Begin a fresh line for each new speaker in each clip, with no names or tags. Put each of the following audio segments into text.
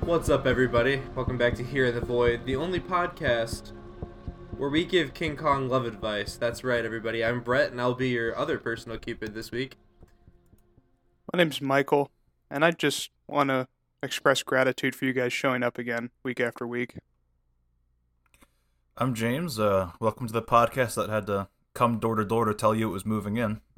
What's up, everybody? Welcome back to Here in the Void, the only podcast where we give King Kong love advice. That's right, everybody. I'm Brett, and I'll be your other personal cupid this week.
My name's Michael, and I just want to express gratitude for you guys showing up again week after week.
I'm James. Uh, welcome to the podcast that had to come door to door to tell you it was moving in.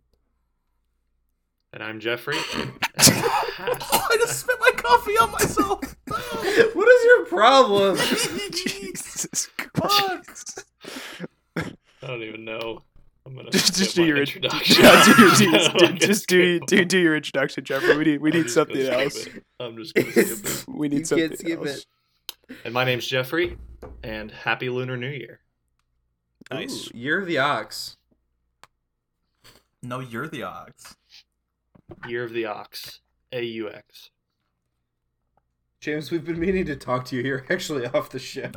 And I'm Jeffrey.
I just spit my coffee on myself.
What is your problem?
Jesus
I don't even know. I'm gonna
Just, just
skip
do
my
your
introduction.
introduction. Yeah, do your- do-
I'm
do-
just
just do,
gonna-
do do your introduction, Jeffrey. We need we
I'm
need
just gonna
something
skip
else.
it. I'm just gonna skip it.
We
You
need
can't
something
skip
else.
it.
And my name's Jeffrey. And happy Lunar New Year.
Nice.
Ooh, you're the ox.
No, you're the ox.
Year of the Ox. A U X.
James, we've been meaning to talk to you. You're actually off the show.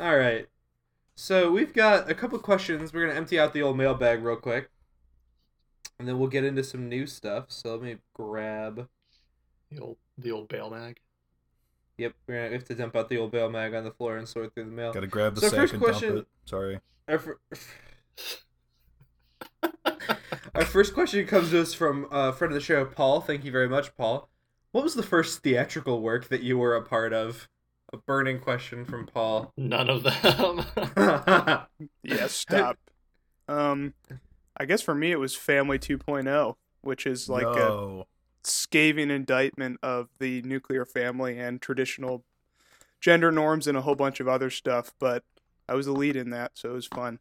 All right. So we've got a couple questions. We're gonna empty out the old mailbag real quick, and then we'll get into some new stuff. So let me grab.
The old the old bail mag.
Yep, we're gonna we have to dump out the old bail mag on the floor and sort through the mail.
Gotta grab the
So
sack
first
and
question-
dump it. Sorry.
Our, fir- Our first question comes to us from a friend of the show, Paul. Thank you very much, Paul. What was the first theatrical work that you were a part of? A burning question from Paul.
None of them.
Yeah, stop. Um, I guess for me it was Family 2.0, which is like a
no.
scathing indictment of the nuclear family and traditional gender norms and a whole bunch of other stuff. But I was the lead in that, so it was fun.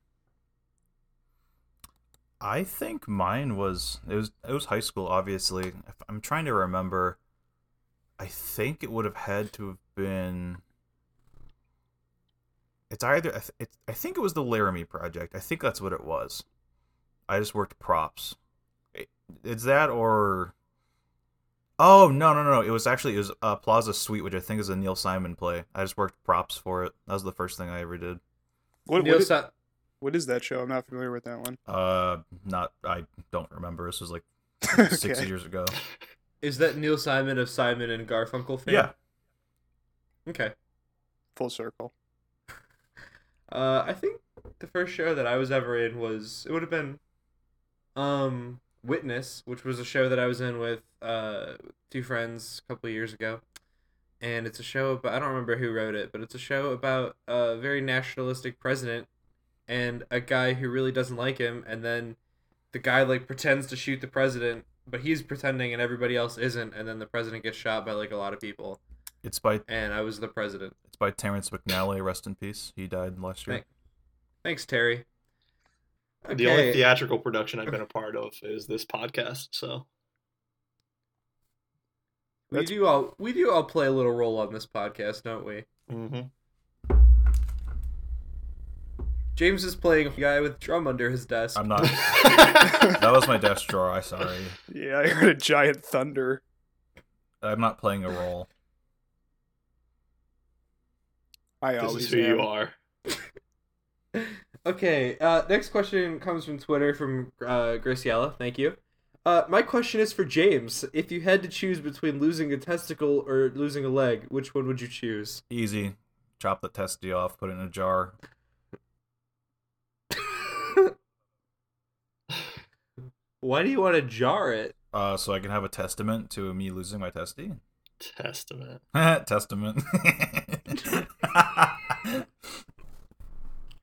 I think mine was it was it was high school. Obviously, if I'm trying to remember. I think it would have had to have been. It's either I th- it's, I think it was the Laramie Project. I think that's what it was. I just worked props. It, it's that or. Oh no no no! It was actually it was uh, Plaza Suite, which I think is a Neil Simon play. I just worked props for it. That was the first thing I ever did.
What,
Neil
what, is,
Si-
what is that show? I'm not familiar with that one.
Uh, not I don't remember. This was like six
okay.
years ago.
is that Neil Simon of Simon and Garfunkel fame?
Yeah.
Okay.
Full circle.
Uh, I think the first show that I was ever in was it would have been, um, Witness, which was a show that I was in with uh two friends a couple of years ago, and it's a show about I don't remember who wrote it, but it's a show about a very nationalistic president and a guy who really doesn't like him, and then the guy like pretends to shoot the president, but he's pretending and everybody else isn't, and then the president gets shot by like a lot of people,
It's by
and I was the president.
it's by Terrence McNally. Rest in peace. He died last year.
Thank- Thanks, Terry.
The only theatrical production I've been a part of is this podcast, so
We
That's-
do all we do all play a little role on this podcast, don't we?
Mm-hmm.
James is playing a guy with drum under his desk.
I'm not.
mm-hmm.
That was my desk drawer. I sorry.
Yeah, I heard a giant thunder.
I'm not playing a role.
I
this
always
is who
am.
you are.
Okay. Uh, next question comes from Twitter from uh, Graciela. Thank you. Uh, my question is for James. If you had to choose between losing a testicle or losing a leg, which one would you choose?
Easy. Chop the testy off. Put it in a jar.
Why do you want to jar it?
Uh, so I can have a testament to me losing my testy.
Testament.
testament.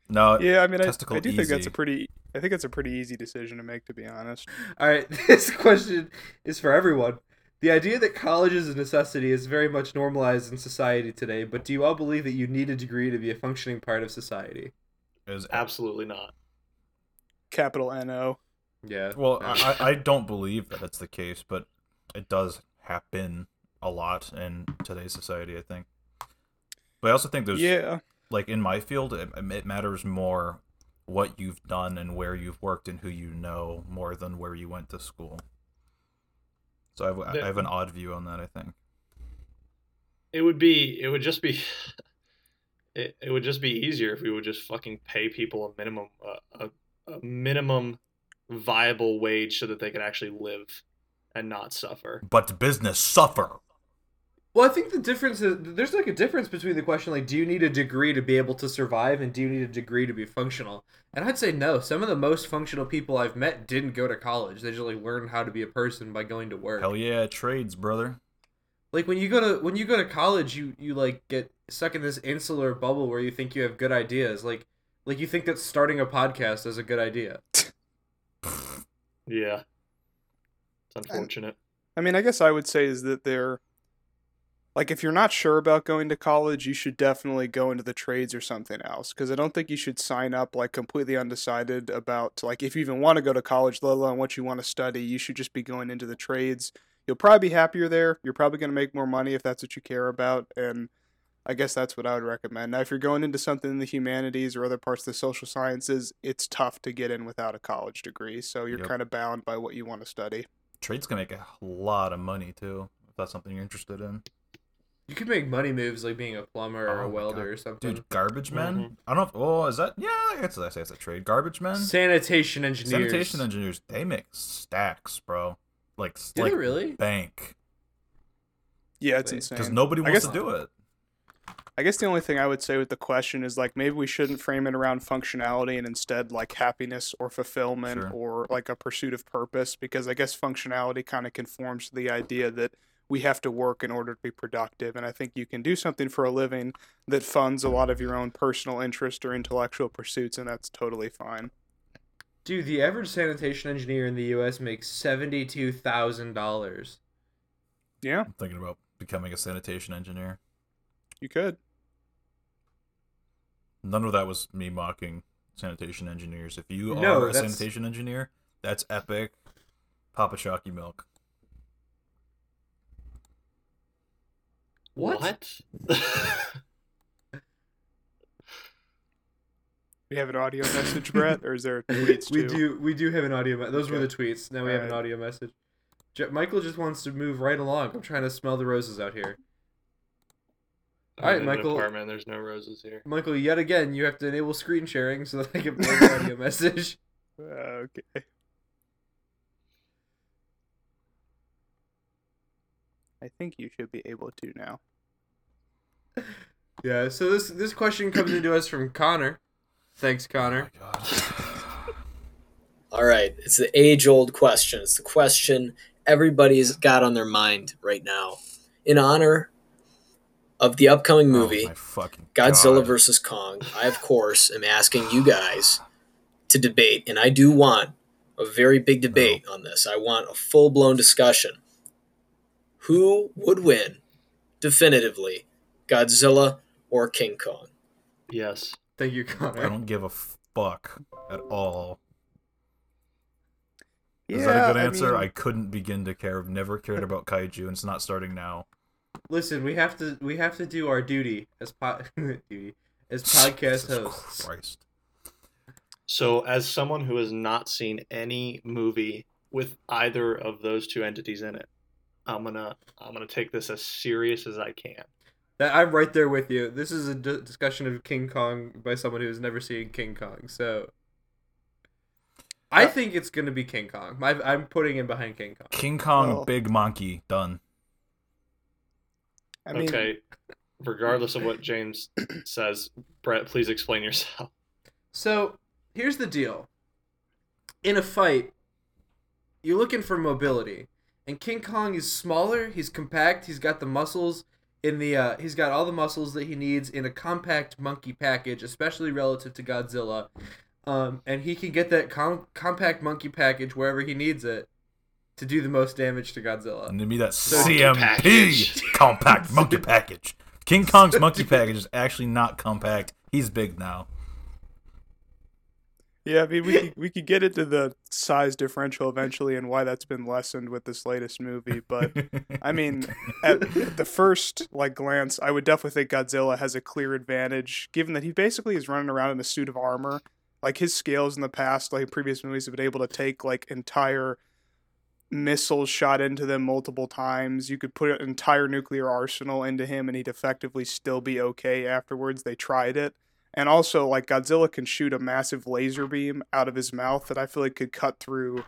no.
Yeah, I mean, I,
Testicle
I do think that's
easy.
a pretty. I think that's a pretty easy decision to make, to be honest.
All right, this question is for everyone. The idea that college is a necessity is very much normalized in society today, but do you all believe that you need a degree to be a functioning part of society?
Is,
Absolutely not.
Capital N O.
Yeah.
well, I, I I don't believe that it's the case, but it does happen a lot in today's society. I think. But I also think there's
Yeah,
like in my field it, it matters more what you've done and where you've worked and who you know more than where you went to school so i have, I have an odd view on that i think
It would be. It would just be. It, it would just be easier if we would just fucking pay people a minimum a, a, a minimum viable wage so that they could actually live and not suffer.
but business suffer
Well, I think the difference is there's like a difference between the question like, do you need a degree to be able to survive, and do you need a degree to be functional? And I'd say no. Some of the most functional people I've met didn't go to college. They just like learned how to be a person by going to work.
Hell yeah, trades, brother.
Like when you go to when you go to college, you you like get stuck in this insular bubble where you think you have good ideas. Like like you think that starting a podcast is a good idea.
Yeah. It's unfortunate.
I mean, I guess I would say is that they're like if you're not sure about going to college, you should definitely go into the trades or something else because I don't think you should sign up like completely undecided about like if you even want to go to college, let alone what you want to study. You should just be going into the trades. You'll probably be happier there. You're probably going to make more money if that's what you care about and I guess that's what I would recommend. Now, if you're going into something in the humanities or other parts of the social sciences, it's tough to get in without a college degree. So you're
Yep.
kind of bound by what you want to study.
Trades can make a lot of money too, if that's something you're interested in.
You could make money moves like being a plumber or
Oh
a
my
welder
God.
or something.
Dude, garbage men. I don't know. If, oh, is that? Yeah, I guess I say it's a trade. Garbage men,
Sanitation engineers.
sanitation engineers. They make stacks, bro. Like, s-
Do
like
they really?
bank,
Yeah, it's
Wait,
because
insane.
nobody
I
wants
guess-
to do it.
I guess the only thing I would say with the question is like maybe we shouldn't frame it around functionality and instead like happiness or fulfillment
Sure.
or like a pursuit of purpose because I guess functionality kind of conforms to the idea that we have to work in order to be productive and I think you can do something for a living that funds a lot of your own personal interest or intellectual pursuits and that's totally fine.
Dude, the average sanitation engineer in the U.S. makes seventy-two thousand dollars.
Yeah,
I'm thinking about becoming a sanitation engineer.
you could.
None of that was me mocking sanitation engineers. If you
No,
are a
that's-
sanitation engineer, that's epic. Papa Shocky milk.
What?
What?
We have an audio message, Brett, or is there tweets
we
too?
do, we do have an audio. Me- those were
Okay.
the tweets. Now we have an
Alright.
audio message. Je- Michael just wants to move right along. I'm trying to smell the roses out here.
I'm
All right,
in an
Michael.
Apartment. There's no roses here.
Michael, yet again, you have to enable screen sharing so that I can play the audio message.
Okay. I think you should be able to now.
Yeah. So this this question comes into us from Connor. Thanks, Connor.
God.
All right, it's the age old question. It's the question everybody's got on their mind right now. In honor of the upcoming movie,
Oh, my fucking
Godzilla
God.
versus Kong, I, of course, am asking you guys to debate, and I do want a very big debate on this. I want a full blown discussion. Who would win definitively, Godzilla or King Kong?
Yes.
Thank you,
I
Connor.
don't give a fuck at all. Is
yeah,
that a good answer? I,
mean,
couldn't begin to care. I've never cared about kaiju, and it's not starting now.
Listen, we have to we have to do our duty as po- duty as podcast
Jesus
hosts.
Christ.
So, as someone who has not seen any movie with either of those two entities in it, I'm gonna I'm gonna take this as serious as I can.
That I'm right there with you. This is a d- discussion of King Kong by someone who's never seen King Kong. So I
Uh,
think it's going to be King Kong. My, I'm putting him behind King Kong.
King Kong,
Well-
big monkey, done.
I mean,
okay. Regardless of what James says, Brett, please explain yourself.
So here's the deal. In a fight, you're looking for mobility, and King Kong is smaller. He's compact. He's got the muscles in the. Uh, he's got all the muscles that he needs in a compact monkey package, especially relative to Godzilla. Um, and he can get that com- compact monkey package wherever he needs it to do the most damage to Godzilla.
And to me, that
Uh, Monkey
CMP
package.
compact monkey package. King Kong's monkey package is actually not compact. He's big now.
yeah, I mean, we could, we could get into the size differential eventually and why that's been lessened with this latest movie, but I mean, at the first like glance, I would definitely think Godzilla has a clear advantage, given that he basically is running around in a suit of armor. Like his scales in the past, like previous movies, have been able to take like entire missiles shot into them multiple times. You could put an entire nuclear arsenal into him, and he'd effectively still be okay afterwards. They tried it. And also, like Godzilla can shoot a massive laser beam out of his mouth that I feel like could cut through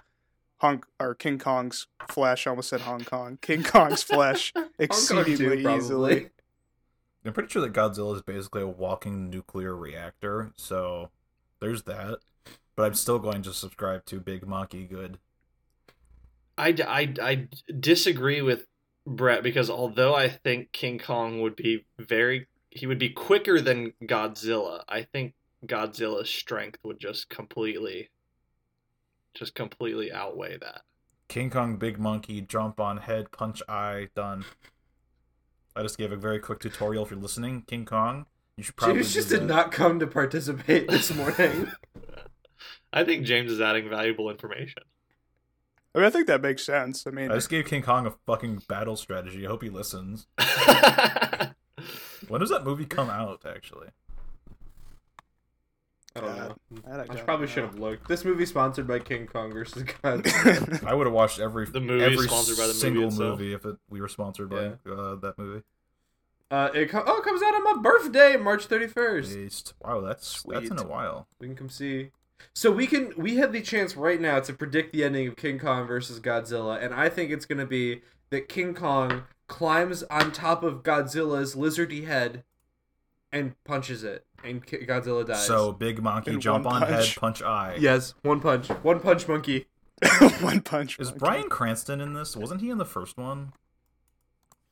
Hong or King Kong's flesh. I almost said Hong Kong. King Kong's flesh exceedingly easily.
I'm pretty sure that Godzilla is basically a walking nuclear reactor, so there's that. But I'm still going to subscribe to Big Monkey Good.
I, d- I d- I d- disagree with Brett because although I think King Kong would be very, he would be quicker than Godzilla. I think Godzilla's strength would just completely, just completely outweigh that.
King Kong, Big Monkey, jump on head, punch eye, done. I just gave a very quick tutorial if you're listening. King Kong, you should probably.
James just
do
did
that.
not come to participate this morning.
I think James is adding valuable information.
I mean, I think that makes sense. I mean,
I just gave King Kong a fucking battle strategy. I hope he listens. When does that movie come out? Actually,
I don't know.
that I,
I
don't
probably
know.
should have looked. This movie sponsored by King Kong versus Godzilla.
I would have watched every
The movie
every
sponsored by the movie
single
itself.
movie, if it, we were sponsored by uh, that movie.
Uh, it co- oh, it comes out on my birthday, March thirty first.
Based. Wow, that's that's in a
Sweet.
while.
We can come see. So we can we have the chance right now to predict the ending of King Kong versus Godzilla, and I think it's gonna be that King Kong climbs on top of Godzilla's lizardy head and punches it, and Ki- Godzilla dies.
So big monkey
In
jump
one
on head
punch.
punch eye.
yes, one punch, one punch monkey.
one punch.
Is
Monkey.
Brian Cranston in this? Wasn't he in the first one?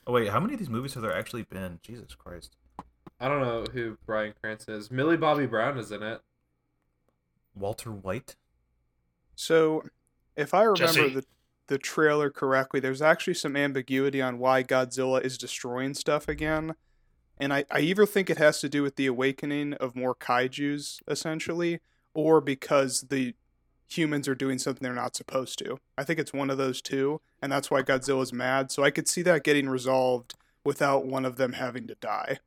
Oh wait, how many of these movies have there actually been? Jesus Christ.
I don't know who Brian Cranston is. Millie Bobby Brown is in it.
Walter White?
So, if I remember
Jesse.
the the trailer correctly, there's actually some ambiguity on why Godzilla is destroying stuff again. And I, I either think it has to do with the awakening of more kaijus, essentially, or because the humans are doing something they're not supposed to. I think it's one of those two, and that's why Godzilla's mad. So I could see that getting resolved without one of them having to die.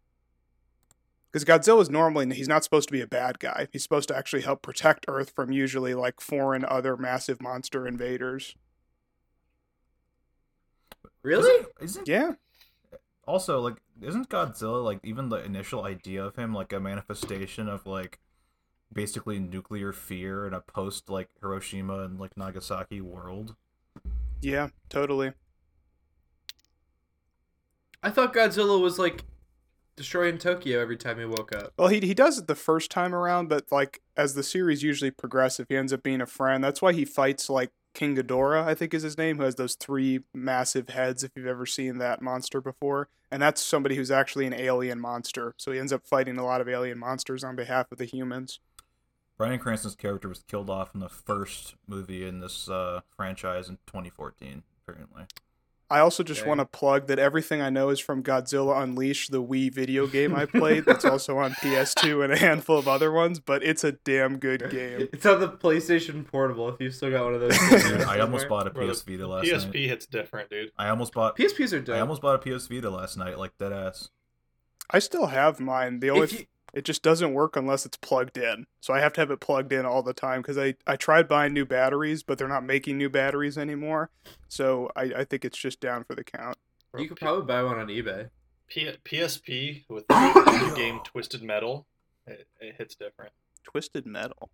Because Godzilla's normally he's not supposed to be a bad guy. He's supposed to actually help protect Earth from usually like foreign other massive monster invaders.
Really?
Isn't, isn't
Yeah.
also like isn't Godzilla like even the initial idea of him like a manifestation of like basically nuclear fear in a post like Hiroshima and like Nagasaki world?
Yeah, totally.
I thought Godzilla was like destroying Tokyo every time he woke up.
Well, he he does it the first time around, but like as the series usually progresses, he ends up being a friend. That's why he fights like King Ghidorah, I think is his name, who has those three massive heads. If you've ever seen that monster before, and that's somebody who's actually an alien monster. So he ends up fighting a lot of alien monsters on behalf of the humans.
Brian Cranston's character was killed off in the first movie in this uh, franchise in 2014, apparently.
I also just
Dang.
want to plug that everything I know is from Godzilla Unleashed, the Wii video game I played. that's also on PS2 and a handful of other ones, but it's a damn good game.
It's on the PlayStation Portable. If you've still got one of those,
Dude, I almost bought a
Bro, the
PS Vita last
PSP
night.
hits different, dude.
I almost bought
PSPs are dope.
I almost bought a PS Vita last night, like dead ass.
I still have mine. The only
If you-
it just doesn't work unless it's plugged in. So I have to have it plugged in all the time because I, I tried buying new batteries, but they're not making new batteries anymore. So I, I think it's just down for the count.
Bro,
you could probably buy one on eBay.
P- PSP with the the game Twisted Metal, it, it hits different.
Twisted Metal.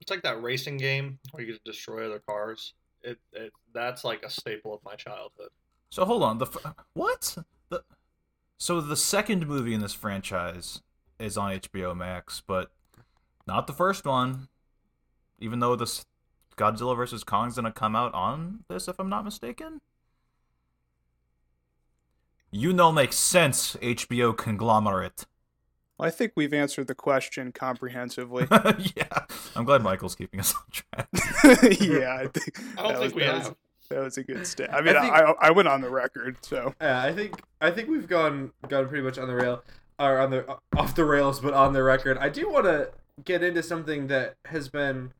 It's like that racing game where you get to destroy other cars. It, it that's like a staple of my childhood.
So hold on, the f- what? The so the second movie in this franchise is on HBO Max, but not the first one. Even though this Godzilla vs Kong's gonna come out on this, if I'm not mistaken. You know, makes sense, HBO conglomerate.
Well, I think we've answered the question comprehensively.
yeah, I'm glad Michael's keeping us on track.
yeah, I think
I
that
don't think
was-
we
that
have.
was- That was a good stat. I mean,
I think-
I, I went on the record, so
Yeah, I think I think we've gone gone pretty much on the rail or on the off the rails, but on the record. I do want to get into something that has been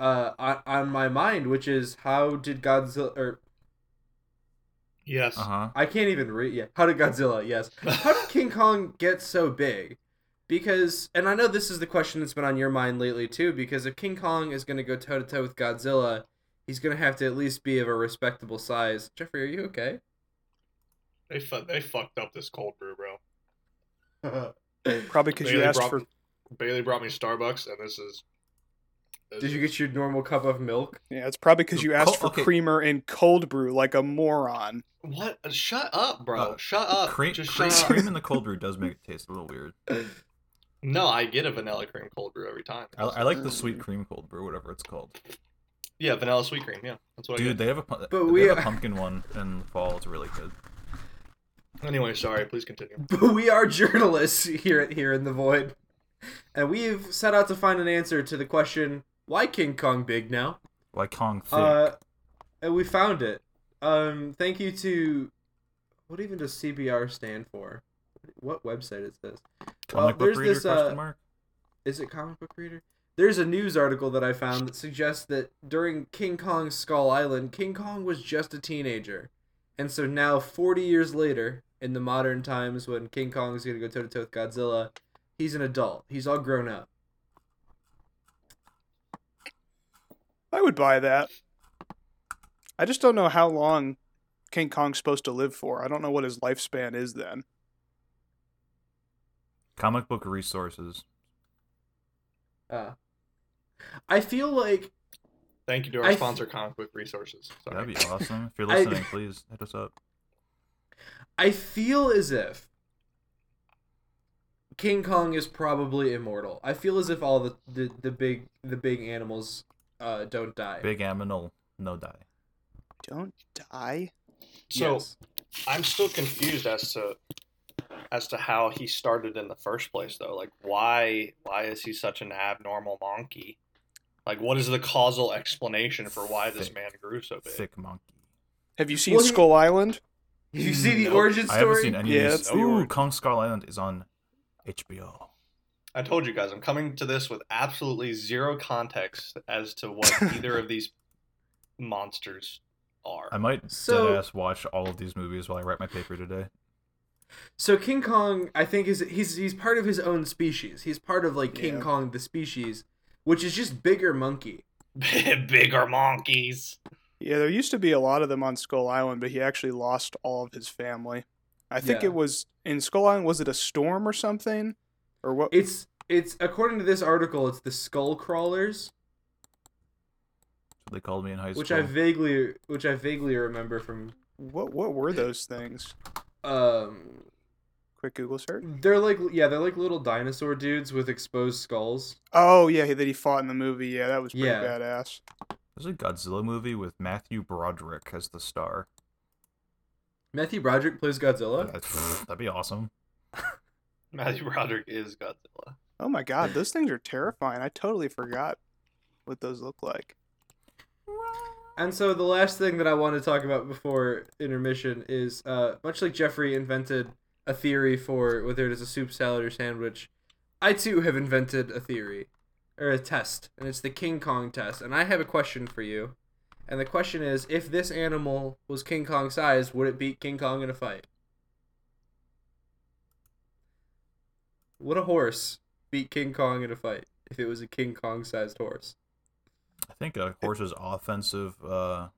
uh on, on my mind, which is how did Godzilla or
Yes.
Uh huh.
I can't even read. Yeah, how did Godzilla? Yes, how did King Kong get so big? Because, and I know this is the question that's been on your mind lately too. Because if King Kong is going to go toe to toe with Godzilla, he's going to have to at least be of a respectable size. Jeffrey, are you okay?
They fu- they fucked up this cold brew, bro.
probably because you
Bailey
asked
brought-
for
Bailey brought me Starbucks, and this is
Did you get your normal cup of milk?
Yeah, it's probably because you asked for
Co- okay.
creamer in cold brew like a moron.
What? Shut up, bro.
Uh,
shut up.
Cream,
Oh, Just
cream,
shut up.
cream in the cold brew does make it taste a little weird.
No, I get a vanilla cream cold brew every time.
I, I like the sweet cream cold brew, whatever it's called.
Yeah, vanilla sweet cream. Yeah, that's what I
Dude,
get.
they have a pu-
But
they
we uh,
have
are-
a pumpkin one in the fall. It's really good.
Anyway, sorry. Please continue.
But we are journalists here here in the void, and we've set out to find an answer to the question: Why King Kong big now?
Like Kong thick.
Uh, and we found it. Um, thank you to what even does CBR stand for? What website is this? well,
Comic book
there's
reader?
this,
question
uh,
mark.
Is it comic book reader? There's a news article that I found that suggests that during King Kong's Skull Island, King Kong was just a teenager, and so now 40 years later, in the modern times when King Kong's gonna go toe to toe with Godzilla, he's an adult. He's all grown up.
I would buy that. I just don't know how long King Kong's supposed to live for. I don't know what his lifespan is then.
Comic book resources.
Uh, I feel like
Thank you to our
I th-
sponsor, Comic Book Resources. Sorry.
That'd be awesome. If you're
I-
listening, please hit us up.
I feel as if King Kong is probably immortal. I feel as if all the the, the big the big animals uh, don't die.
Big Aminal, no die.
Don't die.
So
Yes.
I'm still confused as to as to how he started in the first place, though. Like, why why is he such an abnormal monkey? Like, what is the causal explanation for why this
Thick.
man grew so big?
Thick monkey.
Have you seen
Well, he-
Skull Island?
you see the
Nope.
origin
hmm, I
story?
haven't seen any
Yeah,
of
that's
these.
the
Ooh,
origin.
Kong Skull Island is on HBO.
I told you guys, I'm coming to this with absolutely zero context as to what either of these monsters are.
I might
So-
deadass watch all of these movies while I write my paper today.
So King Kong, I think is he's he's part of his own species. He's part of like King
Yeah.
Kong the species, which is just bigger monkey.
Bigger monkeys.
Yeah, there used to be a lot of them on Skull Island, but he actually lost all of his family. I think
Yeah.
it was in Skull Island. Was it a storm or something, or what?
It's it's according to this article, it's the skull crawlers,
That's what they called me in high school.
which I vaguely which I vaguely remember from
what what were those things?
um
Quick Google search.
they're like yeah, they're like little dinosaur dudes with exposed skulls.
Oh yeah, that he fought in the movie. Yeah, that was pretty
Yeah.
badass.
There's a Godzilla movie with Matthew Broderick as the star.
Matthew Broderick plays Godzilla.
That's- That'd be awesome.
Matthew Broderick is Godzilla.
Oh my god, those things are terrifying. I totally forgot what those look like.
And so the last thing that I want to talk about before intermission is uh, much like Jeffrey invented a theory for whether it is a soup, salad, or sandwich, I too have invented a theory or a test, and it's the King Kong test. And I have a question for you. And the question is if this animal was King Kong sized, would it beat King Kong in a fight? Would a horse beat King Kong in a fight if it was a King Kong sized horse?
I think a horse's offensive uh,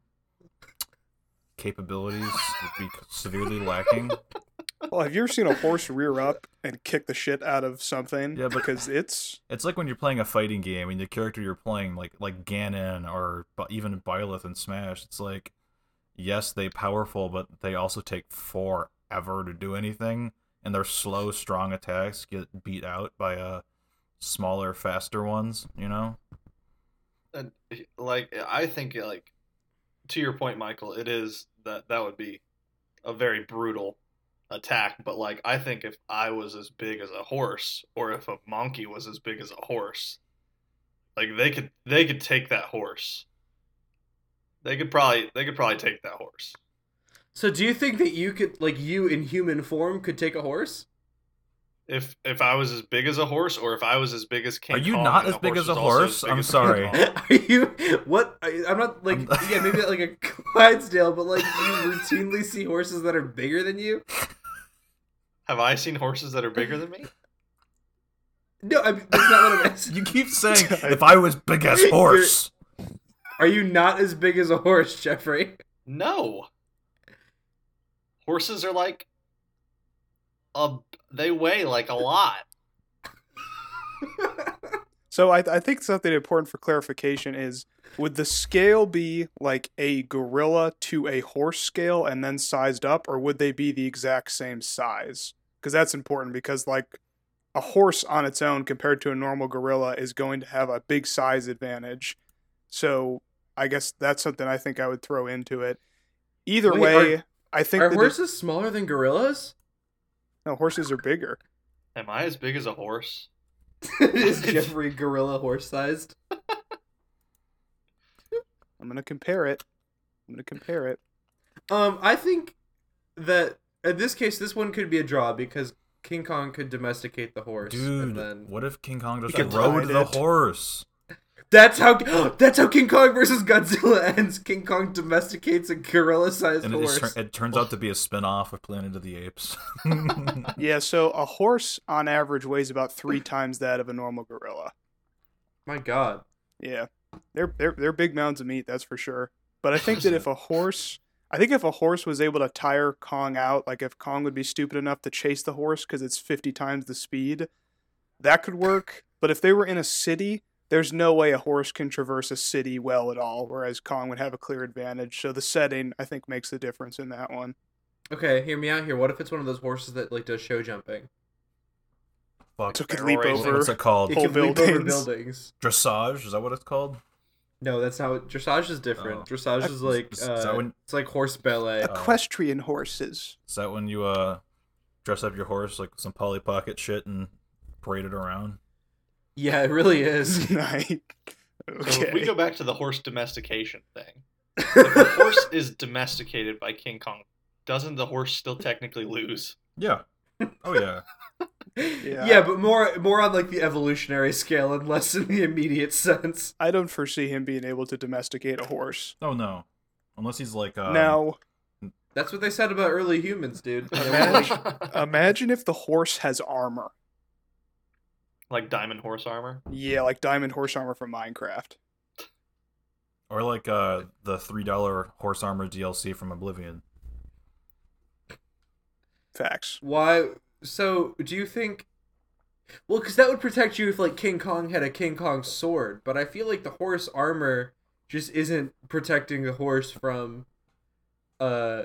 capabilities would be severely lacking.
Well, have you ever seen a horse rear up and kick the shit out of something?
Yeah, but-
because it's
It's like when you're playing a fighting game and the character you're playing, like like Ganon or Bi- even Byleth in Smash, it's like, yes, they powerful, but they also take forever to do anything, and their slow, strong attacks get beat out by uh, smaller, faster ones. You know,
And, like I think like to your point, Michael, it is that that would be a very brutal attack. But like I think if I was as big as a horse, or if a monkey was as big as a horse, like they could they could take that horse. They could probably they could probably take that horse.
So do you think that you could like you in human form could take a horse?
If if I was as big as a horse, or if I was as big as King
Are you
Kong,
not
and
as big as
was
a
also
horse?
big
I'm
as King
sorry.
Kong.
Are you what? I- I'm not like
I'm-
yeah maybe not like a Clydesdale, but like you routinely see horses that are bigger than you.
Have I seen horses that are bigger than me?
No, I mean, that's not what I'm asking.
you keep saying if I was big as horse,
Are you not as big as a horse, Jeffrey?
No. Horses are like a they weigh like a lot.
So I, I think something important for clarification is would the scale be like a gorilla to a horse scale and then sized up, or would they be the exact same size? Because that's important because like a horse on its own compared to a normal gorilla is going to have a big size advantage. So I guess that's something I think I would throw into it. Either
Wait,
way,
are-
I think
Are
the di-
horses smaller than gorillas?
no, horses are bigger.
Am I as big as a horse?
Is Jeffrey gorilla horse sized?
I'm gonna compare it. I'm gonna compare it.
Um, I think that in this case, this one could be a draw because King Kong could domesticate the horse,
Dude,
and then
what if King Kong just
He could
rode
ride
the
it.
horse?
that's how that's how King Kong versus Godzilla ends. King Kong domesticates a gorilla-sized
And it,
horse.
is, tur- it turns out to be a spin off of Planet of the Apes.
Yeah, so a horse on average weighs about three times that of a normal gorilla.
My God,
Yeah, they're they're they're big mounds of meat, that's for sure. But I think that if a horse, I think if a horse was able to tire Kong out, like if Kong would be stupid enough to chase the horse because it's fifty times the speed, that could work. But if they were in a city, there's no way a horse can traverse a city well at all. Whereas Kong would have a clear advantage. So the setting, I think, makes the difference in that one.
okay, hear me out here. What if it's one of those horses that like does show jumping?
Fuck.
So it could
Barrel
leap
raising.
over.
What's it called?
It
Whole
can leap over
buildings.
buildings.
Dressage? Is that what it's called?
No, that's how dressage is different.
Oh.
Dressage is like
Is- is that
uh,
when-
it's like horse ballet.
Oh. Equestrian horses.
Is that when you uh dress up your horse like some Polly Pocket shit and parade it around?
Yeah, it really is.
night.
So if we
Okay.
go back to the horse domestication thing, if the horse is domesticated by King Kong, doesn't the horse still technically lose?
Yeah. Oh yeah.
yeah. but more more on like the evolutionary scale and less in the immediate sense.
I don't foresee him being able to domesticate a horse.
oh no. Unless he's like uh
now,
That's what they said about early humans, dude.
Imagine- imagine if the horse has armor.
like diamond horse armor.
Yeah, like diamond horse armor from Minecraft.
or like uh the three dollar horse armor DLC from Oblivion.
Facts.
Why? So, do you think? Well, because that would protect you if like King Kong had a King Kong sword, but I feel like the horse armor just isn't protecting the horse from, uh,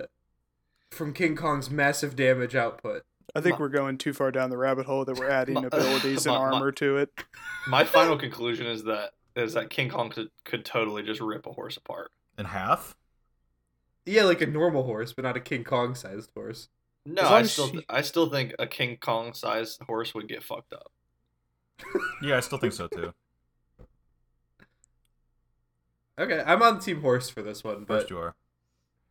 from King Kong's massive damage output.
I think
My-
we're going too far down the rabbit hole that we're adding
My-
abilities and
my- my-
armor to it.
My final conclusion is that is that King Kong could, could totally just rip a horse apart.
In half?
Yeah, like a normal horse, but not a King Kong sized horse.
No,
As long
I
as
still
she-
I still think a King Kong sized horse would get fucked up.
Yeah, I still think so too.
Okay, I'm on Team Horse for this one,
First
but
you are.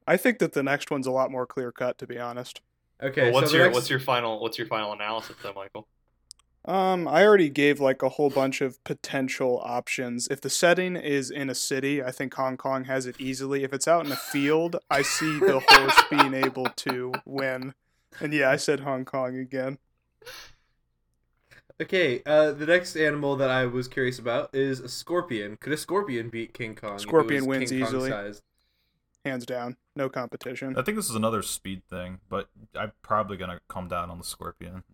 I think that the next one's a lot more clear cut, to be honest.
okay.
Well, what's
so the
your
next-
what's your final what's your final analysis though, Michael?
Um, I already gave like a whole bunch of potential options. If the setting is in a city, I think Hong Kong has it easily. If it's out in a field, I see the horse being able to win. And yeah, I said Hong Kong again.
Okay, uh, the next animal that I was curious about is a scorpion. Could a scorpion beat King Kong? if it
Scorpion
was
wins
King Kong
easily.
sized?
Hands down. No competition.
I think this is another speed thing, but I'm probably gonna calm down on the scorpion.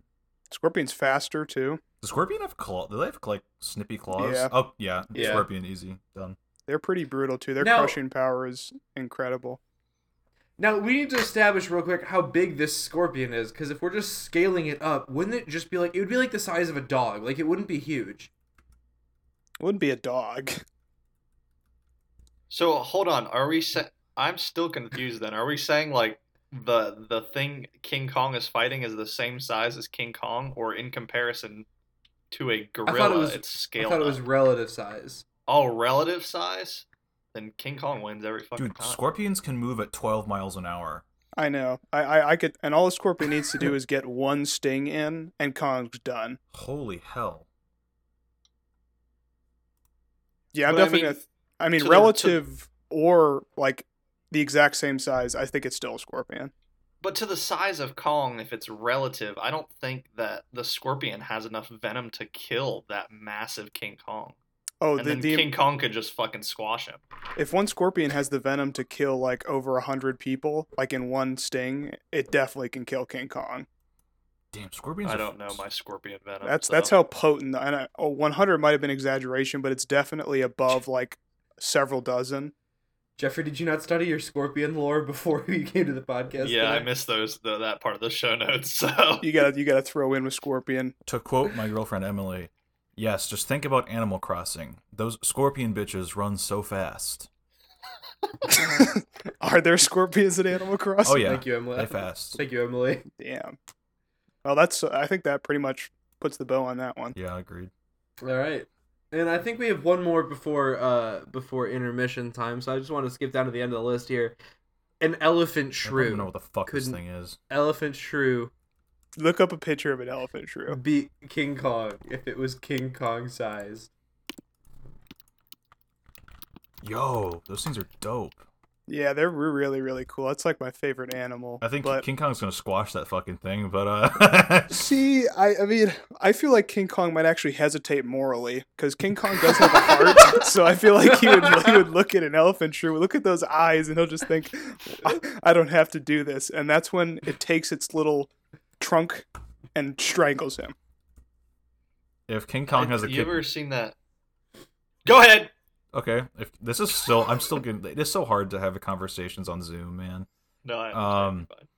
Scorpion's faster too.
The scorpion have claw do they have like snippy claws?
Yeah.
Oh yeah.
Yeah.
Scorpion easy. Done.
They're pretty brutal too. Their
Now-
crushing power is incredible.
Now we need to establish real quick how big this scorpion is, because if we're just scaling it up, wouldn't it just be like it would be like the size of a dog? Like it wouldn't be huge.
Wouldn't be a dog.
So hold on, are we sa- I'm still confused then. Are we saying like the the thing King Kong is fighting is the same size as King Kong or in comparison to a gorilla
was-
it's
I
scaled
thought it
up?
was relative size.
all relative size? Then King Kong wins every fucking
Dude,
time.
scorpions can move at twelve miles an hour.
I know. I, I I could and all a scorpion needs to do is get one sting in and Kong's done.
Holy hell.
Yeah, I'm
But I
definitely.
mean,
gonna- I mean,
to the- to-
relative or like the exact same size. I think it's still a scorpion.
But to the size of Kong, if it's relative, I don't think that the scorpion has enough venom to kill that massive King Kong.
Oh,
and
the,
then
the
King Kong could just fucking squash him.
if one scorpion has the venom to kill like over a hundred people, like in one sting, it definitely can kill King Kong.
Damn, scorpions.
I
are-
don't know my scorpion venom.
That's
so-
that's how potent. And I, oh, 100 might have been exaggeration, but it's definitely above like several dozen.
Jeffrey, did you not study your scorpion lore before you came to the podcast?
yeah, I
today?
missed those the, that part of the show notes. So
You gotta you gotta throw in with scorpion.
To quote my girlfriend Emily, yes, just think about Animal Crossing. Those scorpion bitches run so fast.
Are there scorpions in Animal Crossing?
Oh yeah,
Thank you, Emily.
they fast.
Thank you, Emily.
Damn. Well, that's I think that pretty much puts the bow on that one.
Yeah, agreed.
All right. And I think we have one more before uh before intermission time, so I just want to skip down to the end of the list here. An elephant
I don't even
shrew.
know what the fuck this
Couldn't-
thing is.
Elephant shrew
Look up a picture of an elephant shrew.
beat King Kong if it was King Kong sized.
Yo, those things are dope.
Yeah, they're re- really really cool. That's like my favorite animal.
I think
But
King Kong's gonna squash that fucking thing, but uh,
see, I I mean, I feel like King Kong might actually hesitate morally because King Kong does have a heart. so I feel like he would he would look at an elephant shrew, look at those eyes, and he'll just think, I, I don't have to do this. And that's when it takes its little trunk and strangles him.
if King Kong has a
you
kid,
ever seen that? Go ahead.
okay. If this is still, I'm still getting. It is so hard to have conversations on Zoom, man.
No, I
Um,
fine.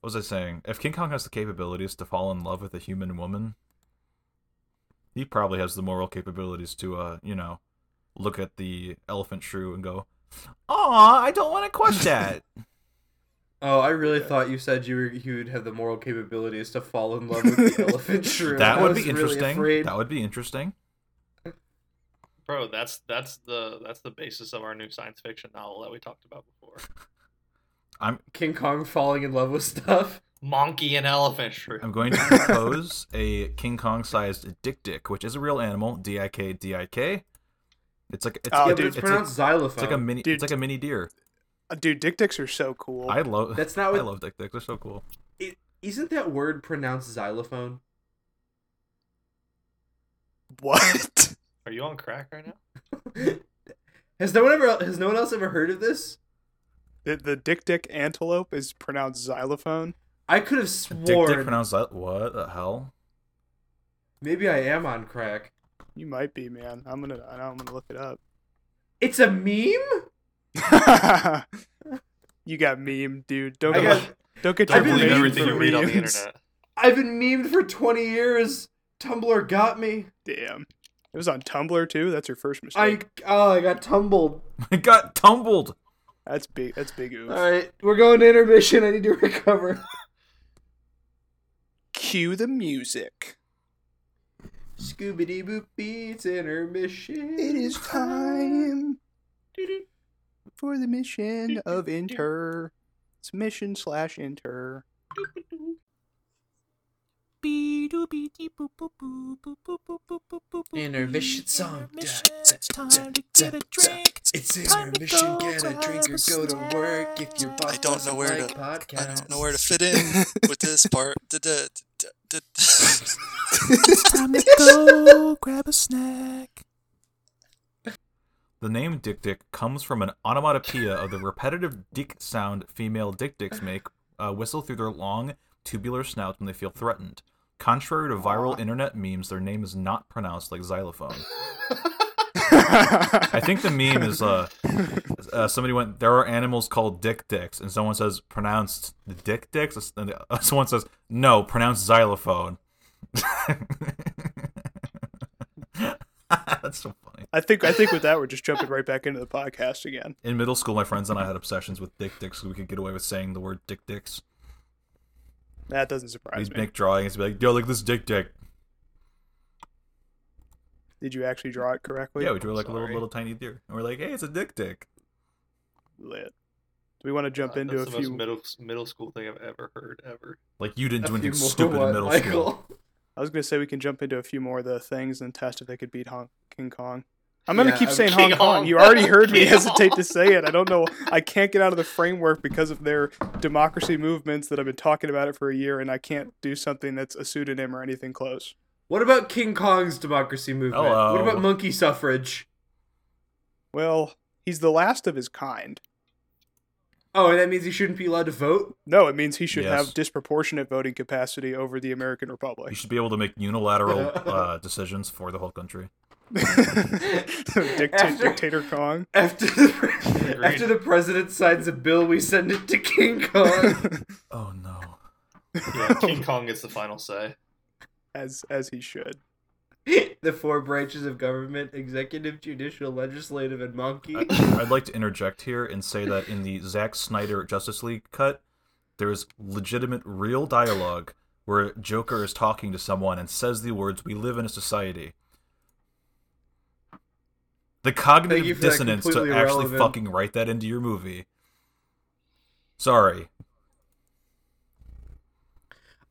What was I saying? If King Kong has the capabilities to fall in love with a human woman, he probably has the moral capabilities to, uh, you know, look at the elephant shrew and go, "Aw, I don't want to crush that."
Oh, I really thought you said you were, you would have the moral capabilities to fall in love with the elephant shrew.
that
I
would
was
be
really
interesting.
afraid.
that would be interesting.
bro, that's that's the that's the basis of our new science fiction novel that we talked about before.
King Kong falling in love with stuff.
Monkey and elephant shrew.
I'm going to propose a King Kong sized dick dick, which is a real animal. D I K D I K. It's like it's,
yeah,
Oh,
like-
dude,
but it's,
it's
pronounced
it's like a
xylophone.
mini.
Dude.
It's like a mini deer.
Uh, Dude, dick dicks are so cool.
I love.
That's not
I
what-
love dick dicks. They're so cool.
It, isn't that word pronounced xylophone?
what?
Are you on crack right now?
Has no one ever has no one else ever heard of this?
The, the dick dick antelope is pronounced xylophone.
I could have
Dick dick
sworn
pronounced that. What the hell?
Maybe I am on crack.
You might be, man. I'm gonna I know, I'm gonna look it
It's a meme.
up. you got meme, dude. Don't
I
get,
got,
don't get
I
your
Don't
believe
believe
information
everything you
from
read on the
memes.
internet.
I've been memed for twenty years. Tumblr got me.
Damn, it was on Tumblr too. That's your first
I
mistake.
oh I got tumbled.
I got tumbled.
That's big. That's big. Oof.
All right, we're going to intermission. I need to recover.
Cue the music.
Scooby Doo Boop beats intermission.
It is time for the mission of inter. It's mission slash inter.
Intermission song.
It's time to get a drink.
It's
Time to
intermission.
go
Get a
grab
drink or
a
go to work if your
snack.
boss
I
don't know where
doesn't
to-
like podcasts.
I don't know where to fit in with this part. Duh, duh, duh, duh, duh.
Time to go grab a snack.
The name dick dick comes from an onomatopoeia of the repetitive dick sound female dick dicks make uh, whistle through their long tubular snouts when they feel threatened. Contrary to viral internet memes, their name is not pronounced like xylophone. I
I
think the meme is uh, uh somebody went there are animals called dick dicks and someone says pronounced dick dicks and the- uh, someone says no pronounced xylophone. That's so funny.
I think I think with that we're just jumping right back into the podcast again.
In middle school, my friends and I had obsessions with dick dicks. so We could get away with saying the word dick dicks.
That doesn't surprise
We'd
me.
make drawings and be like, yo, look at this dick dick.
Did you actually draw it correctly?
yeah, we drew like a little
sorry.
little tiny deer. And we're like, hey, it's a dick dick.
Lit. Do we want to jump
Uh,
into a
that's the
few?
most middle middle school thing I've ever heard ever.
Like, you didn't
A
do
few
anything
more
stupid
what,
in middle school.
Michael?
I was gonna say we can jump into a few more of the things and test if they could beat Hong King Kong. I'm gonna
Yeah,
keep
I'm-
saying
King
Hong Kong.
Kong.
You already heard me
King
hesitate
Kong.
to say it. I don't know. I can't get out of the framework because of their democracy movements that I've been talking about it for a year, and I can't do something that's a pseudonym or anything close.
What about King Kong's democracy movement? What
Hello.
about monkey suffrage?
Well, he's the last of his kind.
Oh, and that means he shouldn't be allowed to vote.
No, it means he should
Yes.
have disproportionate voting capacity over the American
You
Republic.
should be able to make unilateral uh, decisions for the whole country.
Dicta-
After-
Dictator Kong.
After the, after the president signs a bill, we send it to King Kong.
Oh no.
Yeah, King Kong gets the final say.
as as he should.
the four branches of government: executive, judicial, legislative, and monkey.
I'd like to interject here and say that in the Zack Snyder Justice League cut, there is legitimate, real dialogue where Joker is talking to someone and says the words, "We live in a society." The
Thank you
cognitive
for that
dissonance to
completely
actually
irrelevant-
fucking write that into your movie. Sorry,